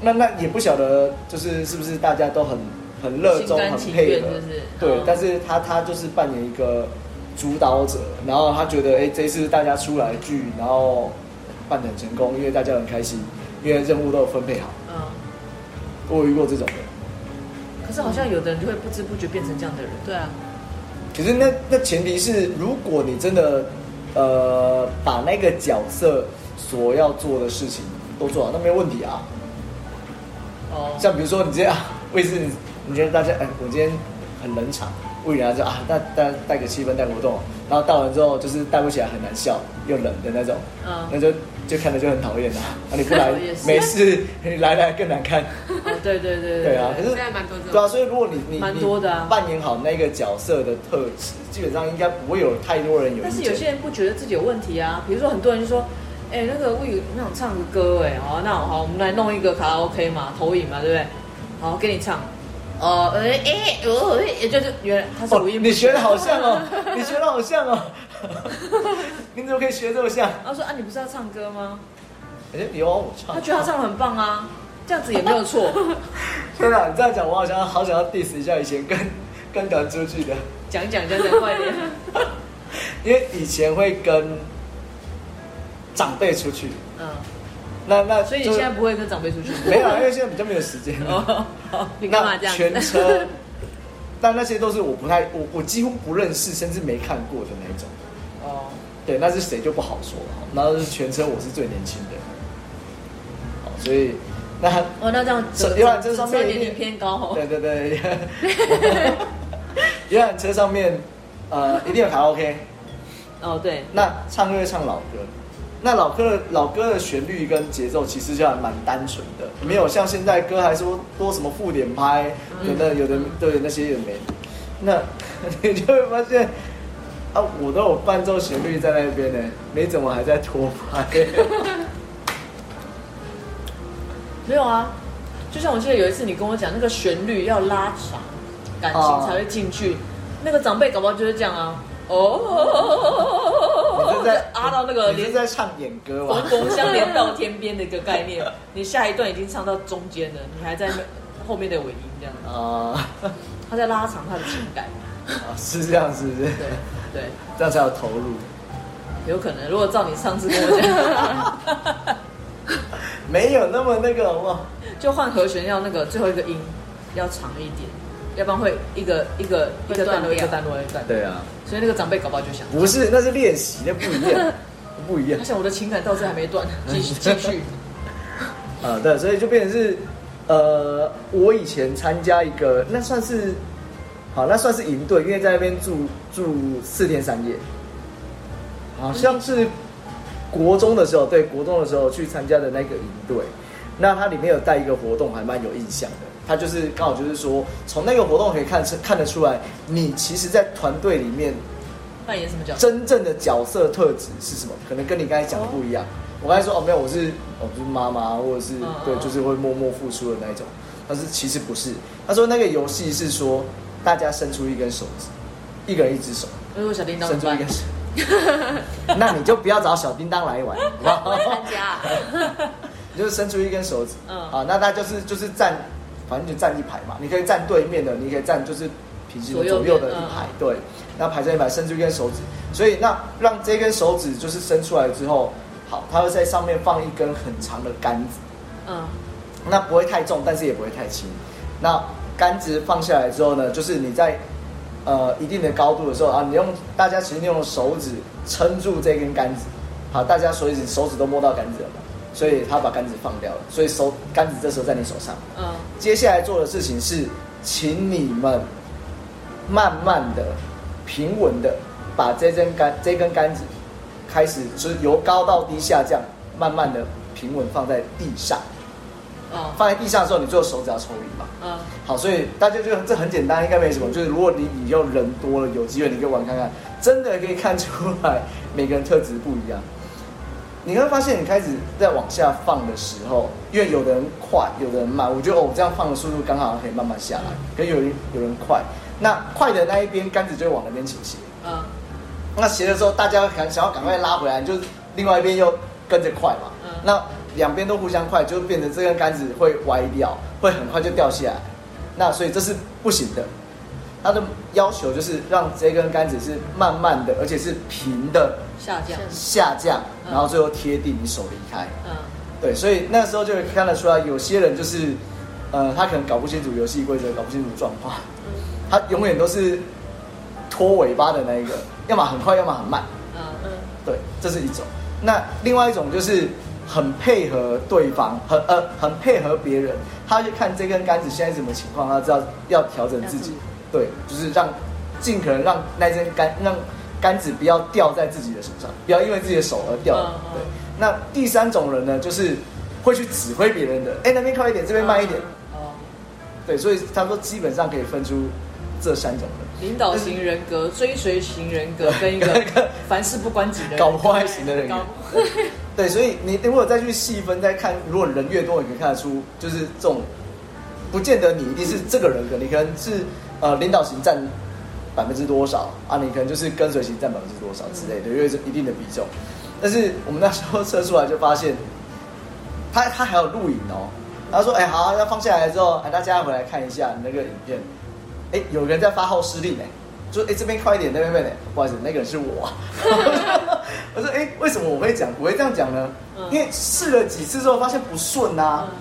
[SPEAKER 1] 那那也不晓得，就是是不是大家都很很热衷、
[SPEAKER 2] 心甘
[SPEAKER 1] 很
[SPEAKER 2] 情
[SPEAKER 1] 配
[SPEAKER 2] 愿
[SPEAKER 1] 合，
[SPEAKER 2] 就是
[SPEAKER 1] 对
[SPEAKER 2] 嗯。
[SPEAKER 1] 但是他他就是扮演一个主导者，然后他觉得，哎、这一次大家出来聚，然后办得很成功，因为大家很开心，因为任务都有分配好。
[SPEAKER 2] 嗯。
[SPEAKER 1] 我有遇过这种人，
[SPEAKER 2] 可是好像有的人就会不知不觉变成这样的人。
[SPEAKER 3] 对啊，
[SPEAKER 1] 可是那那前提是，如果你真的呃把那个角色所要做的事情都做好，那没有问题啊。
[SPEAKER 2] 哦，
[SPEAKER 1] 像比如说你今天啊，卫视，你你觉得大家哎，我今天很冷场，魏然就啊带带带个气氛带活动，然后到完之后就是带不起来，很难笑又冷的那种，
[SPEAKER 2] 嗯
[SPEAKER 1] 那就就看着就很讨厌啦。啊，你不来
[SPEAKER 2] 也是
[SPEAKER 1] 没事，你来来更难看。
[SPEAKER 2] 哦对对对
[SPEAKER 1] 对 啊，可是
[SPEAKER 3] 现在蛮多这
[SPEAKER 1] 对啊，
[SPEAKER 3] 种，
[SPEAKER 1] 所以如果你你
[SPEAKER 2] 蛮多的啊
[SPEAKER 1] 你扮演好那个角色的特质，基本上应该不会有太多人有意见。
[SPEAKER 2] 但是有些人不觉得自己有问题啊，比如说很多人就说，哎、那个魏宇那想唱个歌、哎，好，那好，我们来弄一个卡拉 OK 嘛，投影嘛，对不对？好，给你唱。哦，哎、哎，我、也就是原来他是
[SPEAKER 1] 哦
[SPEAKER 2] 五音、
[SPEAKER 1] 你学的好像 哦，你学的好像哦， 你怎么可以学这么像？
[SPEAKER 2] 他说啊，你不是要唱歌吗？
[SPEAKER 1] 哎，你要我唱，
[SPEAKER 2] 他觉得他唱的很棒啊，这样子也没有 错。
[SPEAKER 1] 天哪，你这样讲，我好像好想要 diss 一下以前跟跟团出去的，
[SPEAKER 2] 讲一讲讲讲快点。
[SPEAKER 1] 因为以前会跟长辈出去，
[SPEAKER 2] 嗯，
[SPEAKER 1] 那那
[SPEAKER 2] 哦所以你
[SPEAKER 1] 就
[SPEAKER 2] 现在不会跟长辈出去？
[SPEAKER 1] 没有啊，因为现在比较没有时间。
[SPEAKER 2] 哦，好
[SPEAKER 3] 你干
[SPEAKER 1] 那
[SPEAKER 3] 嘛这样子？
[SPEAKER 1] 全车，但那些都是我不太我我几乎不认识，甚至没看过的那一种。
[SPEAKER 2] 哦，
[SPEAKER 1] 对，那是谁就不好说了。然后是全车我是最年轻的，好，所以那
[SPEAKER 2] 哦，那这样哦
[SPEAKER 1] 这要不然这上面一定
[SPEAKER 2] 年龄偏高哦。
[SPEAKER 1] 对对对，游览车上面，呃，一定有卡拉 OK，
[SPEAKER 2] 哦，对，
[SPEAKER 1] 那唱歌就唱老歌，那老歌的老歌的旋律跟节奏其实就还蛮单纯的，没有像现在歌还说多什么附点拍，有的有的都有那些也没，那 你就会发现。啊，我都有伴奏旋律在那边呢，你怎么还在拖拍？
[SPEAKER 2] 没有啊，就像我记得有一次你跟我讲，那个旋律要拉长，感
[SPEAKER 1] 哦
[SPEAKER 2] 情才会进去。那个长辈搞不好就是这样啊，哦，
[SPEAKER 1] 你是在
[SPEAKER 2] 就啊到那个
[SPEAKER 1] 你是
[SPEAKER 2] 连
[SPEAKER 1] 在唱演歌吧
[SPEAKER 2] 冯？冯相连到天边的一个概念。你下一段已经唱到中间了，你还在那后面的尾音这样，
[SPEAKER 1] 啊、
[SPEAKER 2] 他在拉长他的情感。
[SPEAKER 1] 啊是这样，是不是？
[SPEAKER 2] 对对，
[SPEAKER 1] 这样才有投入。
[SPEAKER 2] 有可能。如果照你上次跟我讲，
[SPEAKER 1] 没有那么那个，好不好？
[SPEAKER 2] 就换和弦要那个最后一个音要长一点，要不然会一个一个一个段落一个段落一个段落。
[SPEAKER 1] 对啊，
[SPEAKER 2] 所以那个长辈搞不好就想，
[SPEAKER 1] 不是，那是练习，那不一样，不一样
[SPEAKER 2] 他。想我的情感到这还没断，继续继续。
[SPEAKER 1] 啊，对，所以就变成是，呃，我以前参加一个，那算是，好，那算是营队，因为在那边住住四天三夜，好像是国中的时候，对，国中的时候去参加的那个营队，那它里面有带一个活动，还蛮有印象的。它就是刚好就是说，从那个活动可以看出看得出来，你其实，在团队里面
[SPEAKER 2] 扮演什么角色？
[SPEAKER 1] 真正的角色特质是什么？可能跟你刚才讲的不一样。我刚才说哦，没有，我是哦，就是妈妈，或者是
[SPEAKER 2] 嗯
[SPEAKER 1] 对，
[SPEAKER 2] 嗯
[SPEAKER 1] 就是会默默付出的那一种。但是其实不是。他说那个游戏是说，大家伸出一根手指，一个人一只手，
[SPEAKER 2] 如果小叮当
[SPEAKER 1] 伸
[SPEAKER 2] 怎么
[SPEAKER 1] 出一
[SPEAKER 2] 办？
[SPEAKER 1] 根手。那你就不要找小叮当来玩，好不
[SPEAKER 3] 我也
[SPEAKER 1] 好
[SPEAKER 3] 参？加 啊，
[SPEAKER 1] 你就是伸出一根手指，
[SPEAKER 2] 嗯
[SPEAKER 1] 啊，那他就是就是站，反正就站一排嘛，你可以站对面的，你可以站就是平行的
[SPEAKER 2] 左右
[SPEAKER 1] 左右的
[SPEAKER 2] 边
[SPEAKER 1] 一排
[SPEAKER 2] 嗯，
[SPEAKER 1] 对，那排成一排，伸出一根手指，所以那让这根手指就是伸出来之后，好，它会在上面放一根很长的杆子，
[SPEAKER 2] 嗯，
[SPEAKER 1] 那不会太重，但是也不会太轻。那杆子放下来之后呢，就是你在呃一定的高度的时候啊，你用大家其实用手指撑住这根杆子，好，大家所以手指都摸到杆子了嘛，所以他把杆子放掉了，所以手杆子这时候在你手上。
[SPEAKER 2] 嗯，
[SPEAKER 1] 接下来做的事情是，请你们慢慢的、平稳的把这根杆这根杆子开始就是由高到低下降，慢慢的平稳放在地上。
[SPEAKER 3] 嗯
[SPEAKER 2] 哦，
[SPEAKER 1] 放在地上的时候，你最后手指要抽离嘛。
[SPEAKER 2] 嗯，
[SPEAKER 1] 好，所以大家就这很简单，应该没什么。就是如果你你要人多了，有机会你可以玩看看，真的可以看出来每个人特质不一样。你会发现，你开始在往下放的时候，因为有的人快，有的人慢。我觉得哦，我这样放的速度刚好可以慢慢下来。可有人有人快，那快的那一边杆子就会往那边倾斜。
[SPEAKER 2] 嗯，
[SPEAKER 1] 那斜的时候，大家想想要赶快拉回来，就是另外一边又跟着快嘛。
[SPEAKER 2] 嗯
[SPEAKER 1] 那两边都互相快，就变成这根杆子会歪掉，会很快就掉下来。那所以这是不行的。它的要求就是让这根杆子是慢慢的，而且是平的
[SPEAKER 2] 下降，
[SPEAKER 1] 下降，
[SPEAKER 2] 嗯
[SPEAKER 1] 然后最后贴地，你手离开。
[SPEAKER 2] 嗯，
[SPEAKER 1] 对，所以那时候就可以看得出来，有些人就是，呃，他可能搞不清楚游戏规则，搞不清楚状况，他永远都是拖尾巴的那一个，要么很快，要么很慢。
[SPEAKER 2] 嗯，
[SPEAKER 3] 嗯，
[SPEAKER 1] 对，这是一种。那另外一种就是很配合对方，很呃很配合别人，他就看这根杆子现在什么情况，他知道要调整自己
[SPEAKER 3] 要注
[SPEAKER 2] 嗯
[SPEAKER 3] 意。
[SPEAKER 1] 对，就是让尽可能让那根杆让杆子不要掉在自己的手上，不要因为自己的手而掉了。
[SPEAKER 2] 嗯嗯
[SPEAKER 1] 对。那第三种人呢，就是会去指挥别人的，哎，那边快一点，这边慢一点。
[SPEAKER 2] 哦，
[SPEAKER 1] 对，所以他说基本上可以分出这三种人。
[SPEAKER 2] 领导型人格、追随型人格跟一 个凡事不关己的人
[SPEAKER 1] 搞破坏型的人员
[SPEAKER 2] 搞。
[SPEAKER 1] 对，所以你如果再去细分再看，如果人越多，你可以看得出，就是这种，不见得你一定是这个人格，你可能是呃领导型占百分之多少啊，你可能就是跟随型占百分之多少之类的，因为是一定的比重。但是我们那时候测出来就发现，他他还有录影哦，他说哎、好啊，那放下来之后，哎大家回来看一下你那个影片，哎、有人在发号施令哎、就哎、这边快一点，那边慢一点，不好意思，那个人是我。 我说哎、为什么我会讲我会这样讲呢？
[SPEAKER 2] 嗯
[SPEAKER 1] 因为试了几次之后发现不顺啊，
[SPEAKER 3] 嗯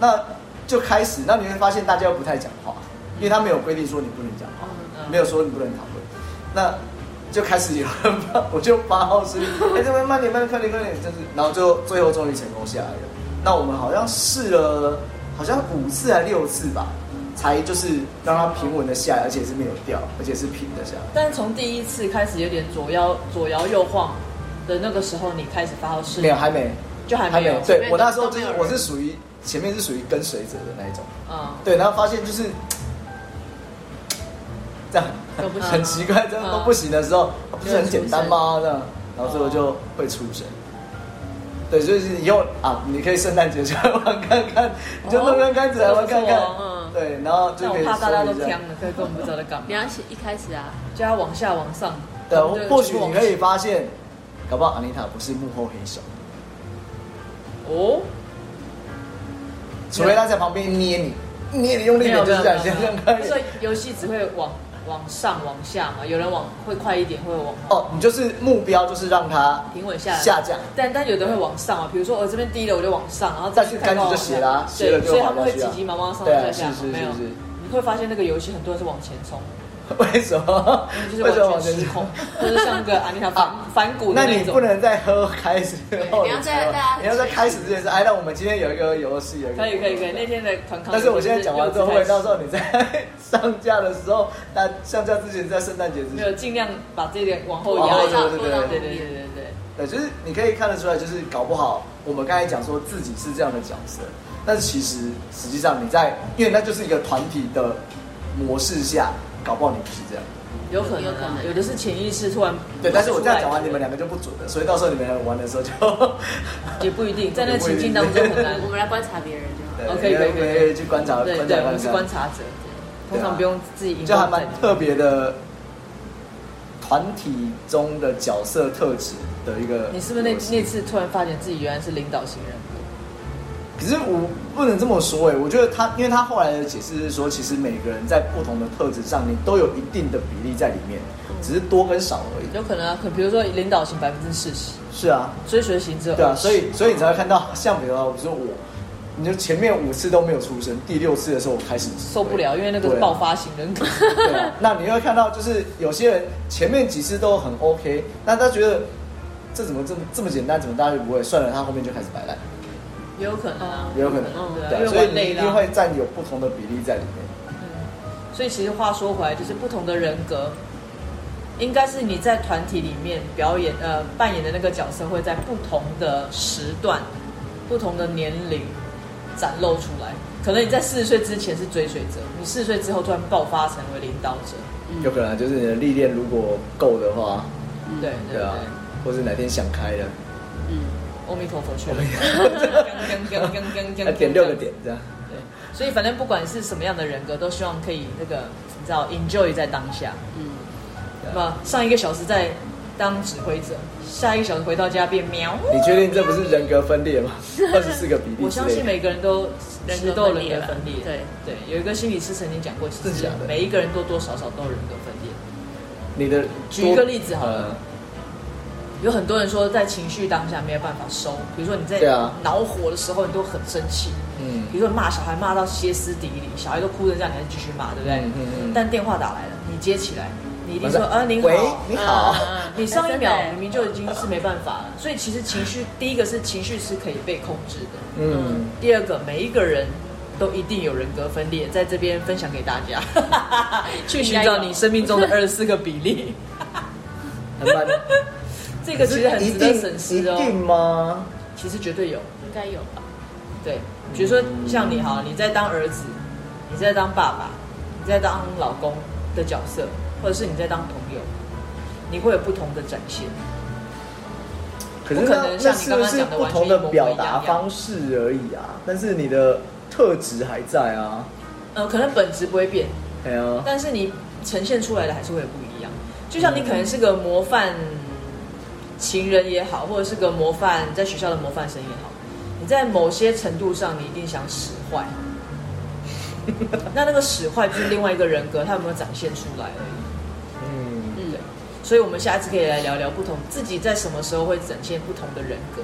[SPEAKER 1] 那就开始，那你会发现大家又不太讲话，因为他没有规定说你不能讲话，
[SPEAKER 2] 嗯
[SPEAKER 1] 没有说你不能讨论，那就开始有人发，我就发号施令，哎、这边慢点，慢点，快点，快点，就是，然后最后最后终于成功下来了。那我们好像试了，好像五次还六次吧，才就是让它平稳的下来，而且是没有掉，而且是平的下来。
[SPEAKER 2] 但从第一次开始有点左摇左摇右晃的那个时候，你开始发号施
[SPEAKER 1] 没
[SPEAKER 2] 令
[SPEAKER 1] 有，，还没，
[SPEAKER 2] 就还没有，
[SPEAKER 1] 对我那时候就
[SPEAKER 3] 前
[SPEAKER 1] 是
[SPEAKER 3] 面都没有人
[SPEAKER 1] 我是属于前面是属于跟随者的那一种，
[SPEAKER 2] 嗯，
[SPEAKER 1] 对，然后发现就是这样
[SPEAKER 2] 都不
[SPEAKER 1] 很
[SPEAKER 2] 行嗯
[SPEAKER 1] 很奇怪，这样都不行的时候，不是很简单吗？这样，然后最后就会出神。对，就是以后啊，你可以圣诞节就来玩看看，你就弄看看子来玩看看
[SPEAKER 2] 哦这个不错哦，嗯
[SPEAKER 1] 对，然后就
[SPEAKER 2] 但
[SPEAKER 1] 可以
[SPEAKER 2] 我怕大家都
[SPEAKER 1] 收一
[SPEAKER 2] 呛
[SPEAKER 1] 下。
[SPEAKER 2] 了，所以根本不知道在干
[SPEAKER 3] 你
[SPEAKER 2] 嘛。
[SPEAKER 3] 要写一开始 啊，
[SPEAKER 2] 就要往下往上，
[SPEAKER 1] 对，啊
[SPEAKER 2] 我们就
[SPEAKER 1] 或许你可以
[SPEAKER 2] 去
[SPEAKER 1] 发现，搞不好安妮塔不是幕后黑手，
[SPEAKER 2] 往哦，
[SPEAKER 1] 除非她在旁边捏你，捏你用力一点就是这样，这样看。
[SPEAKER 2] 所以游戏只会往往上往下嘛，有人往会快一点，会往
[SPEAKER 1] 哦，你就是目标就是让它
[SPEAKER 2] 平稳下来
[SPEAKER 1] 下降，
[SPEAKER 2] 但但有的会往上啊，比如说我这边低了我就往上，啊然后
[SPEAKER 1] 再去
[SPEAKER 2] 看
[SPEAKER 1] 杆子
[SPEAKER 2] 到
[SPEAKER 1] 就斜啦，斜了就
[SPEAKER 2] 对，所以他
[SPEAKER 1] 滑
[SPEAKER 2] 们
[SPEAKER 1] 下
[SPEAKER 2] 会
[SPEAKER 1] 去
[SPEAKER 2] 急
[SPEAKER 1] 啊
[SPEAKER 2] 急忙忙上上
[SPEAKER 1] 对啊
[SPEAKER 2] 下下，
[SPEAKER 1] 是是
[SPEAKER 2] 没
[SPEAKER 1] 是
[SPEAKER 2] 有
[SPEAKER 1] 是。
[SPEAKER 2] 你会发现那个游戏很多人是往前冲，
[SPEAKER 1] 为什么
[SPEAKER 2] 就？
[SPEAKER 1] 为什
[SPEAKER 2] 是
[SPEAKER 1] 么
[SPEAKER 2] 完
[SPEAKER 1] 往
[SPEAKER 2] 全
[SPEAKER 1] 前
[SPEAKER 2] 失
[SPEAKER 1] 去
[SPEAKER 2] 控？，就是像个安妮塔反
[SPEAKER 1] 啊
[SPEAKER 2] 反骨的
[SPEAKER 1] 那
[SPEAKER 2] 那
[SPEAKER 1] 你
[SPEAKER 2] 一种。
[SPEAKER 1] 不能在喝开始后，
[SPEAKER 3] 你要在大家
[SPEAKER 1] 你要在开始之前说，哎，那我们今天有一个游戏，有一个
[SPEAKER 2] 可以可以可以，那天的团康。
[SPEAKER 1] 但是我现在讲完之后，会不会到时候你在 上架的时候，那上架之前在圣诞节之
[SPEAKER 2] 没
[SPEAKER 1] 前
[SPEAKER 2] 有，尽量把这点往后
[SPEAKER 1] 往
[SPEAKER 2] 压
[SPEAKER 1] 后
[SPEAKER 2] 一下。
[SPEAKER 1] 对对对
[SPEAKER 2] 对对对对对。
[SPEAKER 1] 对，就是你可以看得出来，就是搞不好我们刚才讲说自己是这样的角色，但其实实际上你在，因为那就是一个团体的模式下，搞不好你不是这样。
[SPEAKER 2] 有可能、啊，
[SPEAKER 3] 有可能
[SPEAKER 2] 有的是潜意识突然
[SPEAKER 1] 对，但是我这样讲完，你
[SPEAKER 2] 出来
[SPEAKER 1] 们两个就不准了，所以到时候你们俩玩的时候就
[SPEAKER 2] 也不一定，在那个情境当中 很难
[SPEAKER 3] 我。们来观察别人就好。
[SPEAKER 1] 对
[SPEAKER 2] OK，可以可以
[SPEAKER 1] 可以去观察，观察观
[SPEAKER 2] 对对，
[SPEAKER 1] 察，啊
[SPEAKER 2] 我们是观察者，通常不用自己引
[SPEAKER 1] 就
[SPEAKER 2] 导
[SPEAKER 1] 还
[SPEAKER 2] 在
[SPEAKER 1] 蛮特别的团体中的角色特质的一个。
[SPEAKER 2] 你是不是那那？次突然发现自己原来是领导型人格？
[SPEAKER 1] 可是我不能这么说哎、我觉得他，因为他后来的解释是说，其实每个人在不同的特质上，你都有一定的比例在里面，
[SPEAKER 2] 嗯
[SPEAKER 1] 只是多跟少而已。
[SPEAKER 2] 有可能啊，可比如说领导型百分之四十，
[SPEAKER 1] 是啊，
[SPEAKER 2] 追随型只有
[SPEAKER 1] 对啊，
[SPEAKER 2] 20
[SPEAKER 1] 所以所以你才会看到，像比如说，我说我，你就前面五次都没有出声，第六次的时候我开始
[SPEAKER 2] 受不了，因为那个
[SPEAKER 1] 对
[SPEAKER 2] 是
[SPEAKER 1] 啊
[SPEAKER 2] 爆发 型人格。
[SPEAKER 1] 对啊，那你会看到，就是有些人前面几次都很 OK，那他觉得这怎么这么这么简单，怎么大家就不会？算了，他后面就开始摆烂，
[SPEAKER 2] 也有可能啊，
[SPEAKER 1] 也有可能
[SPEAKER 2] 嗯对啊
[SPEAKER 1] 对
[SPEAKER 2] 因为
[SPEAKER 1] 啊，所以
[SPEAKER 2] 我
[SPEAKER 1] 你
[SPEAKER 2] 累
[SPEAKER 1] 一
[SPEAKER 2] 了
[SPEAKER 1] 定会占有不同的比例在里面。
[SPEAKER 2] 所以其实话说回来，就是不同的人格，应该是你在团体里面表演呃扮演的那个角色，会在不同的时段、不同的年龄展露出来。可能你在四十岁之前是追随者，你四十岁之后突然爆发成为领导者，
[SPEAKER 1] 有可能啊就是你的历练如果够的话，
[SPEAKER 3] 嗯
[SPEAKER 2] 对对
[SPEAKER 1] 对啊，或者哪天想开了，
[SPEAKER 3] 嗯，
[SPEAKER 2] 阿弥陀佛去了，
[SPEAKER 1] 哎点六个点这样。
[SPEAKER 2] 对，所以反正不管是什么样的人格，都希望可以那个你知道 enjoy 在当下。
[SPEAKER 3] 嗯，
[SPEAKER 2] 那么上一个小时在当指挥者，下一个小时回到家变喵。
[SPEAKER 1] 你确定这不是人格分裂 吗？二十四个比例之类的，
[SPEAKER 2] 我相信每个人都
[SPEAKER 3] 人
[SPEAKER 2] 其
[SPEAKER 3] 格
[SPEAKER 2] 实都有
[SPEAKER 3] 分裂
[SPEAKER 2] 人格
[SPEAKER 3] 啦
[SPEAKER 2] 分裂。
[SPEAKER 3] 对
[SPEAKER 2] 对，有一个心理师曾经讲过，其
[SPEAKER 1] 真
[SPEAKER 2] 实
[SPEAKER 1] 假的
[SPEAKER 2] 每一个人多多少少都有人格分裂。
[SPEAKER 1] 你的
[SPEAKER 2] 举一个例子好了
[SPEAKER 1] 嗯
[SPEAKER 2] 有很多人说，在情绪当下没有办法收，比如说你在
[SPEAKER 1] 对啊
[SPEAKER 2] 恼火的时候，你都很生气，
[SPEAKER 1] 嗯
[SPEAKER 2] 比如说你骂小孩骂到歇斯底里，小孩都哭成这样，你还继续骂，对不对？
[SPEAKER 1] 嗯嗯嗯
[SPEAKER 2] 但电话打来了，你接起来，你一定
[SPEAKER 1] 马
[SPEAKER 2] 说
[SPEAKER 1] 上
[SPEAKER 2] 啊，您好，
[SPEAKER 1] 喂你好
[SPEAKER 2] 嗯嗯嗯你上一秒
[SPEAKER 3] 哎真的
[SPEAKER 2] 明明就已经是没办法了，所以其实情绪，第一个是情绪是可以被控制的，
[SPEAKER 1] 嗯，
[SPEAKER 2] 第二个，每一个人都一定有人格分裂，在这边分享给大家， 去寻找你生命中的二十四个比例。
[SPEAKER 1] 很慢。
[SPEAKER 2] 这个其实很
[SPEAKER 1] 一
[SPEAKER 2] 值得
[SPEAKER 1] 定
[SPEAKER 2] 深
[SPEAKER 1] 一
[SPEAKER 2] 思
[SPEAKER 1] 定
[SPEAKER 2] 哦。
[SPEAKER 1] 吗？
[SPEAKER 2] 其实绝对有，
[SPEAKER 3] 应该有吧。
[SPEAKER 2] 对，比如说像你哈，你在当儿子，你在当爸爸，你在当老公的角色，或者是你在当朋友，你会有不同的展现。
[SPEAKER 1] 可是
[SPEAKER 2] 不可
[SPEAKER 1] 那
[SPEAKER 2] 能
[SPEAKER 1] 那
[SPEAKER 2] 像你
[SPEAKER 1] 是不
[SPEAKER 2] 刚刚
[SPEAKER 1] 是
[SPEAKER 2] 讲的
[SPEAKER 1] 不
[SPEAKER 2] 完全
[SPEAKER 1] 同
[SPEAKER 2] 一
[SPEAKER 1] 的
[SPEAKER 2] 模一
[SPEAKER 1] 表
[SPEAKER 2] 样
[SPEAKER 1] 达方式而已啊？但是你的特质还在啊，
[SPEAKER 2] 呃，可能本质不会变，
[SPEAKER 1] 对啊，
[SPEAKER 2] 但是你呈现出来的还是会不一样。就像你可能是个模范情人也好，或者是个模范在学校的模范生也好，你在某些程度上你一定想使坏， 那那个使坏就是另外一个人格，他有没有展现出来而已。
[SPEAKER 1] 嗯，
[SPEAKER 3] 嗯，
[SPEAKER 2] 所以我们下一次可以来聊聊不同自己在什么时候会展现不同的人格，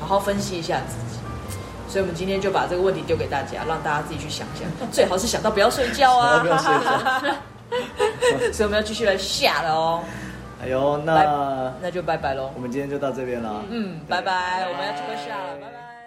[SPEAKER 2] 好好分析一下自己。所以我们今天就把这个问题丢给大家，让大家自己去想想，最好是想到不要睡觉啊，
[SPEAKER 1] 想到不要睡
[SPEAKER 2] 觉。 所以我们要继续来下了哦，
[SPEAKER 1] 哎呦，
[SPEAKER 2] 拜
[SPEAKER 1] 那
[SPEAKER 2] 那就拜拜喽
[SPEAKER 1] 我。们今天就到这边了，
[SPEAKER 2] 嗯，拜拜，我们要去个下了，拜拜。